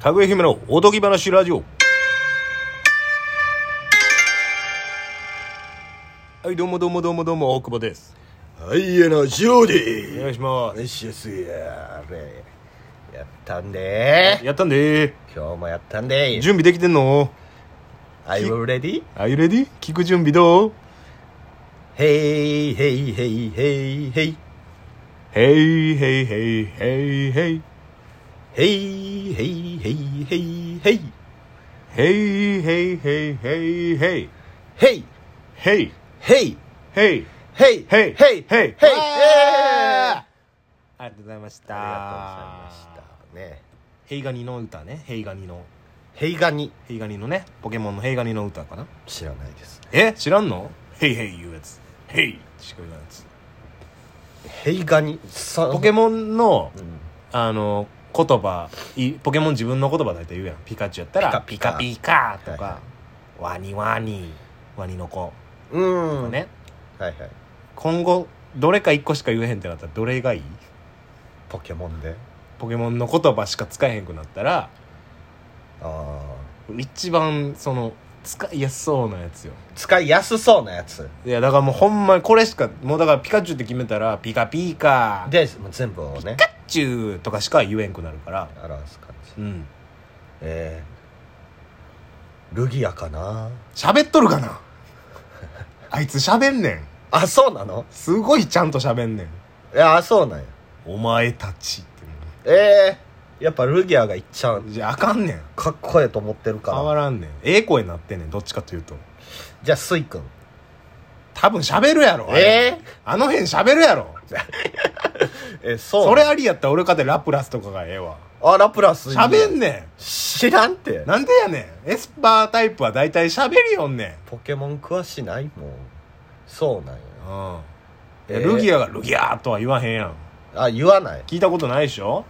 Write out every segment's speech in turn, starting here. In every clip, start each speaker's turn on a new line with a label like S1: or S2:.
S1: かぐや姫のおとぎ話ラジオはいどうもどうもどうもどうも大久保です
S2: はい、あの、ジョー
S1: お
S2: ディ
S1: 願いしま
S2: ー。よしよし、やれ。やったんです
S1: やったんで
S2: 今日もやったんで
S1: 準備できてんの
S2: Are you ready?
S1: Are you ready? 聞く準備どう
S2: Hey, hey, hey, hey, hey.
S1: Hey hey hey hey hey
S2: Hey, hey, hey, hey, hey.
S1: Hey hey hey hey hey
S2: Hey,
S1: Hey
S2: hey,
S1: hey
S2: hey,
S1: Hey,
S2: hey,
S1: hey,
S2: hey,
S1: hey.
S2: hey.
S1: ありがとうございました
S2: ありがとうございました。ね。
S1: ヘイガニの歌ねヘイガニの
S2: ヘイガニ。
S1: ヘイガニのねポケモンのヘイガニの歌かな
S2: 知らないです。
S1: え知らんのヘイヘイ言うやつヘイしか言わないやつ
S2: ヘイガニ。さ
S1: ポケモンの
S2: うん。
S1: あの言葉いポケモン自分の言葉大体言うやんピカチュウやったらピ
S2: ピ
S1: カ
S2: カ
S1: ピ
S2: ピ
S1: カとか、
S2: はいは
S1: ワニワニワニの子と
S2: う
S1: か
S2: ん。
S1: ね、
S2: はいはい。
S1: 今後どれか一個しか言えへんってなったらどれがいい
S2: ポケモンで。
S1: ポケモンの言葉しか使えへんくなったら
S2: ああ。
S1: 一番その使いやすそうなやつよ
S2: 使いやすそうなやつ
S1: いやだからもうほんまにこれしかもうだからピカチュウって決めたらピカピカ
S2: でもう全部をね
S1: ピカチュウとかしか言えんくなるから
S2: 表す感じ
S1: うん
S2: えー、ルギアかな
S1: 喋っとるか なあいつ喋んねん
S2: あそうなの
S1: すごいちゃんと喋んねん
S2: いやあそうなんや
S1: お前たちっても
S2: えー、やっぱルギアがいっちゃう
S1: うじゃああかんねん
S2: かっこええと思ってるか
S1: 変わ
S2: ら
S1: らんねんええ声なってんねんどっちかというと
S2: じゃあスイ君
S1: 多分喋るやろあれ
S2: え
S1: あの辺喋るやろ
S2: ー、えそう
S1: それありやったら俺かてラプラスとかがええわ
S2: あラプラスいいや
S1: 喋んね
S2: 知らんて
S1: んなんでやねんエスパータイプは大体喋りよんねん
S2: ポケモン詳しないもんそうなんや
S1: うん
S2: えー
S1: ルギアがルギアとは言わへんやん
S2: あ言わない
S1: 聞いたことないでしょ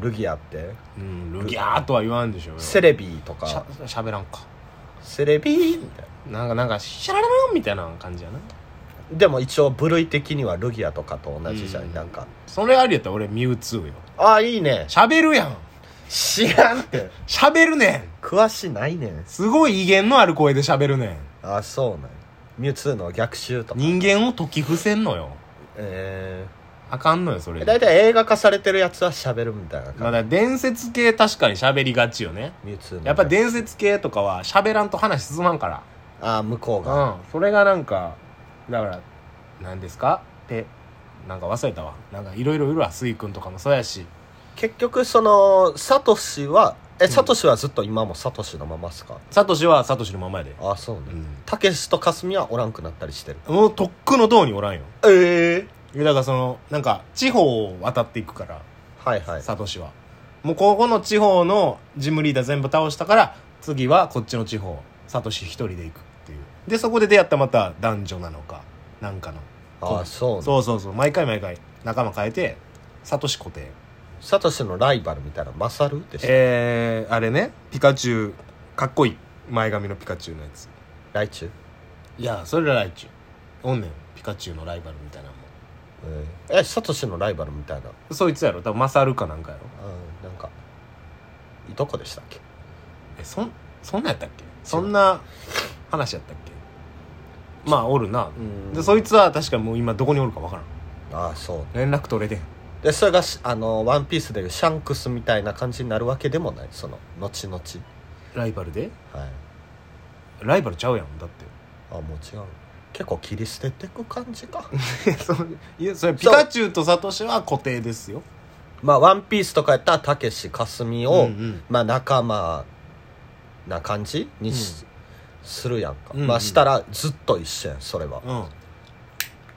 S2: ルギアって
S1: うんルギアとは言わんでしょよ
S2: セレビーと
S1: しゃ
S2: か
S1: 喋らんか
S2: セレビーみたいな
S1: なんかなんかシャララランみたいな感じやな
S2: でも一応部類的にはルギアとかと同じじゃん、
S1: うん
S2: なんか
S1: それありやったら俺ミュウツーよ
S2: あいいね
S1: 喋るやん
S2: 知らんって
S1: 喋るねん
S2: 詳しないねん
S1: すごい威厳のある声で喋るね
S2: あそうなんやミュウツーの逆襲と
S1: ん
S2: か
S1: 人間を解き伏せんのよ
S2: え
S1: あかんのよそれ
S2: ー、だいたい映画化されてるやつは喋るみたいな
S1: まあだか
S2: 感
S1: ら伝説系確かに喋りがちよね
S2: じミュウツーの
S1: やっぱ伝説系とかは喋らんと話進まんか
S2: あ向こうが
S1: らうんそれがなんかだから何ですかってなんか忘れたわなんかいろいろいるわスイ君とかもそうやし
S2: 結局そのサトシはえサトシはずっと今もサトシのままっすか、
S1: サトシはサトシのままやで
S2: あそうね
S1: うん
S2: たけしとかすみはおらんくなったりしてる
S1: もうとっくの塔におらんよ
S2: え
S1: い
S2: え
S1: やだからそのなんか地方を渡っていくから
S2: はいはい
S1: サトシはもうここの地方のジムリーダー全部倒したから次はこっちの地方サトシ一人で行くっていうでそこで出会ったまた男女なのかなんかの
S2: あそうね
S1: そうそうそう毎回毎回仲間変えてサトシ固定
S2: サトシのライバルみたいなマサルでした
S1: えー、あれねピカチュウかっこいい前髪のピカチュウのやつ
S2: 来中
S1: いやそれライチュウおんねんピカチュウのライバルみたいなも
S2: えーえサトシのライバルみたいなん
S1: そいつやろ多分マサルかなんかやろ
S2: うんなんかいとこでしたっけ
S1: えそんそんなんやったっけそんな話やったっけまあおるなでそいつは確かもう今どこにおるかわからん
S2: ああそう
S1: 連絡取れてへん
S2: でそれがしあの「ワンピースでいうシャンクスみたいな感じになるわけでもないその後々
S1: ライバルで
S2: はい
S1: ライバルちゃうやんだ っ
S2: あもう違う結構切り捨ててく感 じか
S1: てそいやそれピカチュウとサトシは固定ですよ
S2: まあ「ワンピースとかやったらたけしかすみを、
S1: うんうん
S2: まあ仲間な感じにし、するやんか、
S1: うんうん
S2: まあしたらずっと一緒やんそれは
S1: う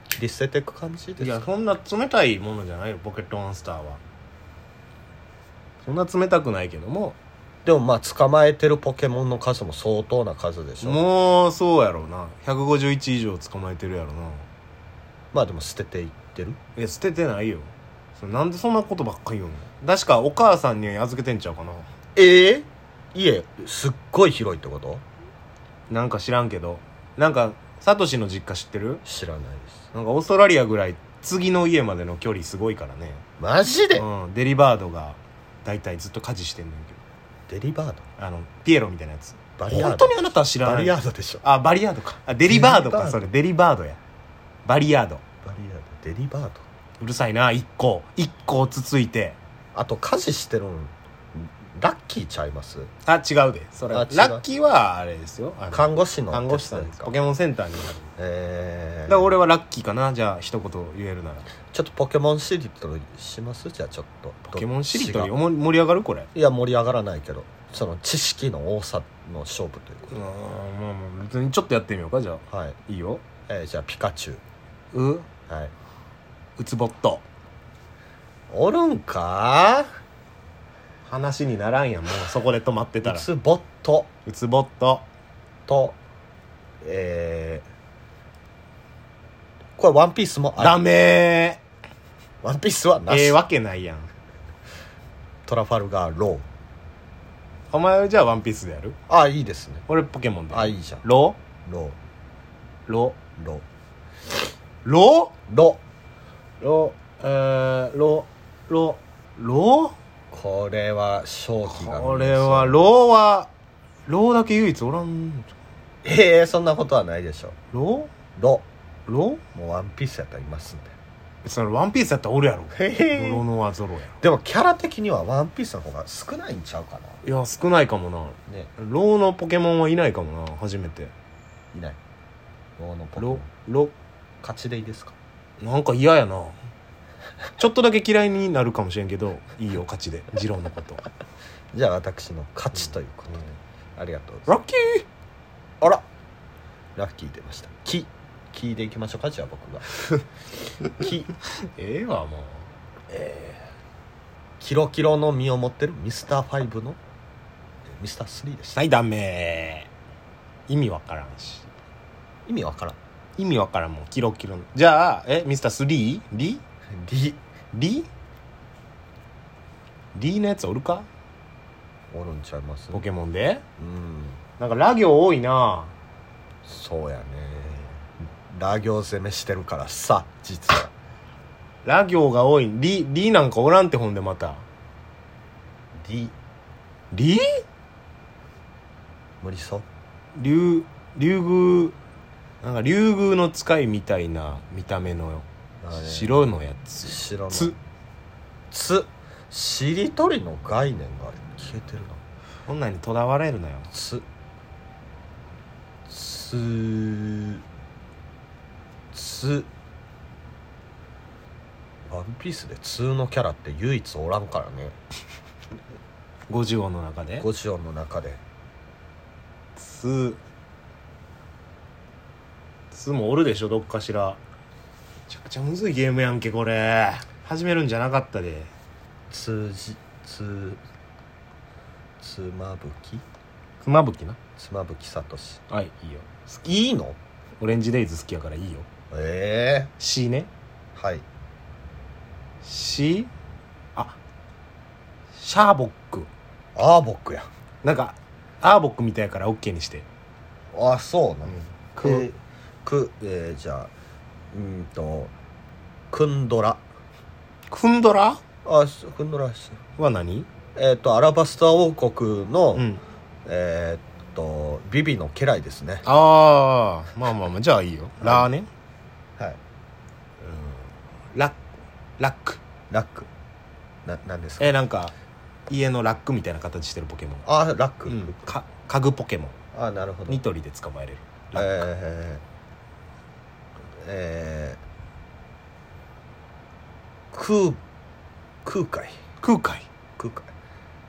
S2: 切り捨ててく感じ
S1: んい
S2: です
S1: や
S2: か
S1: そんな冷たいものじゃないよポケットモンスターはそんな冷たくないけども
S2: でもまあ捕まえてるポケモンの数も相当な数でしょ
S1: もうそうやろうな151以上捕まえてるやろうな
S2: まあでも捨てていってる
S1: いや捨ててないよそれなんでそんなことばっか言うの確かお母さんに預けてんちゃうかな
S2: ええ家すっごい広いってこと
S1: なんか知らんけどなんかサトシの実家知ってる
S2: 知らないです
S1: なんかオーストラリアぐらい次の家までの距離すごいからね、
S2: マジで
S1: うん、デリバードが大体ずっと家事してんねんけど
S2: デリバード
S1: あのピエロみたいなやつ
S2: バリアード
S1: 本当にあなたは知らない
S2: バリアードでしょ
S1: あバリアードかあデリバードか
S2: デリバード
S1: それデリバードやバリアード
S2: バリアードデリバード
S1: うるさいな一個一個つついて
S2: あと家事してるんラッキーちゃいます
S1: あ違うでそれ
S2: あ
S1: ラ
S2: 違う
S1: ッキーはあれですよあの
S2: 看護師の
S1: 看護師さんですポ
S2: か
S1: ケモンセンターにある
S2: え
S1: だ
S2: ー、
S1: から俺はラッキーかなじゃあ一言言えるなら
S2: ちょっとポケモンシリトリしますじゃあちょっと
S1: ポケモンしりとり
S2: ど
S1: お
S2: っちが
S1: も盛り上がるこれ
S2: いや盛り上がらないけどその知識の多さの勝負というこ
S1: う
S2: と
S1: ん
S2: で、
S1: まあまあ別にちょっとやってみようかじゃあ
S2: はい、
S1: いいよ
S2: えーじゃあピカチュ
S1: うう
S2: ウはい
S1: つぼっと
S2: おるんか
S1: 話にならんやんもうそこで止まってた
S2: う
S1: ら
S2: つぼっと
S1: うつぼっと
S2: とえー、これ「ワンピースもあ
S1: ダ
S2: る
S1: メ
S2: 「ワンピースは
S1: ー
S2: なし、
S1: ええわけないやん
S2: トラファルガーロー
S1: お前じゃあワンピースでやる
S2: あいいですね
S1: 俺ポケモンで
S2: あいいじゃん
S1: ロ
S2: ロ
S1: ロ
S2: ーロー
S1: ロ
S2: ロ
S1: ロえーロロロ
S2: これは正気が
S1: これはロはロだけ唯一おらん
S2: ええそんなことはないでしょ
S1: ロ
S2: ロ
S1: ロ
S2: もうワンピースやったらいますんで
S1: それワンピースやったらおるやろ
S2: へ
S1: ロノアゾロや
S2: でもキャラ的にはワンピースの方が少ないんちゃうかない
S1: や少ないかもな
S2: ね
S1: ローのポケモンはいないかもな初めて
S2: いないローのポケ
S1: ロ
S2: モン
S1: ロ
S2: 勝ちでいいですか
S1: なんか嫌やなちょっとだけ嫌いになるかもしれんけどいいよ勝ちでジローのこと
S2: じゃあ私の勝ちということで、ありがとうござい
S1: ラッキー
S2: ますあらラッキー出ました「キ」「キ」でいきましょうかじゃあ僕 が「キ」
S1: ええわもう
S2: 「キロキロの実を持ってるミスターファイブのえミスター3でした、
S1: はいダメ意味わからんし
S2: 意味わからん
S1: 意味わからんもんキロキロのじゃあえミスター3リ
S2: 「リ
S1: リリのやつおるか」
S2: おるんちゃいます
S1: ポケモンで
S2: うん
S1: なんかラ行多いな
S2: そうやねラ行攻めしてるからさ実は
S1: ラ行が多いリリなんかおらんってほんでまた
S2: 「リ
S1: リ
S2: 無理そう
S1: 竜竜宮なんか竜宮の使いみたいな見た目の
S2: あれ
S1: 白のやつ
S2: 白の
S1: つ
S2: つしりとりの概念が消えてるな
S1: こんなんにとらわれるなよ
S2: つつつワンピースで通のキャラって唯一おらんからね
S1: 50音の中で
S2: 五条の中で
S1: つつもおるでしょどっかしらめちゃくちゃむずいゲームやんけこれ始めるんじゃなかったで
S2: 通じつつまぶき
S1: 熊吹きな
S2: つまぶきさとし
S1: はいいいよ
S2: いいの
S1: オレンジデイズ好きやからいいよ
S2: ええ
S1: C ね
S2: はい
S1: C あシャーボック
S2: アーボックや
S1: なんかアーボックみたいやから OK にして
S2: あそうなの、
S1: く、
S2: えーくえーじゃあうーんとくんどら
S1: クンドラ
S2: あすくんどらし
S1: は何
S2: えっ、とアラバスタ王国の、
S1: うん
S2: えっ、とビビの家来ですね
S1: ああまあまあまあじゃあいいよラーね
S2: はい
S1: ラッラック
S2: ラックななんですか
S1: えーなんか家のラックみたいな形してるポケモン
S2: あラック、
S1: うんか家具ポケモン
S2: あなるほど
S1: ニトリで捕まえれるラック
S2: えー、えー、空空海
S1: 空海
S2: 空海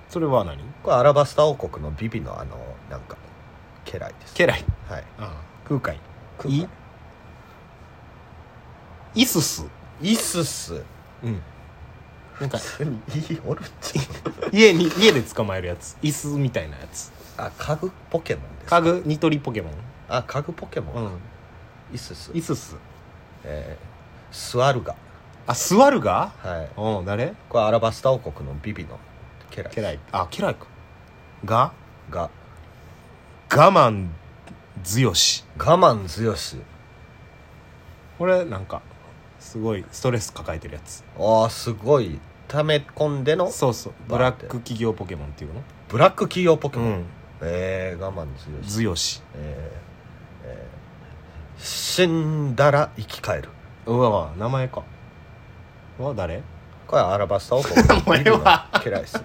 S1: それは何
S2: これアラバスタ王国のビビのあのなんか家来です
S1: 家来
S2: はい
S1: 空海
S2: 空海
S1: いイスス
S2: イスス
S1: うんなんか
S2: い いおるんち
S1: 家に家で捕まえるやつ椅子みたいなやつ
S2: ゃうあ家具ポケモンです
S1: 家具ニトリポケモン
S2: あ家具ポケモン、
S1: うん
S2: イスス
S1: イスス
S2: えー、スワルガ
S1: あ座るが
S2: はい
S1: うん誰
S2: これアラバスタ王国のビビの家来
S1: 家来あ家来かが
S2: が
S1: 我慢強し
S2: 我慢強し
S1: これなんかすごいストレス抱えてるやつ
S2: ああすごい溜め込んでの
S1: そうそうブラック企業ポケモンっていうの
S2: ブラック企業ポケ
S1: う
S2: モン、
S1: ん
S2: えー、我慢強いし
S1: 強し
S2: えーえー死んだら生き返る
S1: うわ名前かうわ誰
S2: これアラバスタ王国
S1: 前は
S2: 嫌いです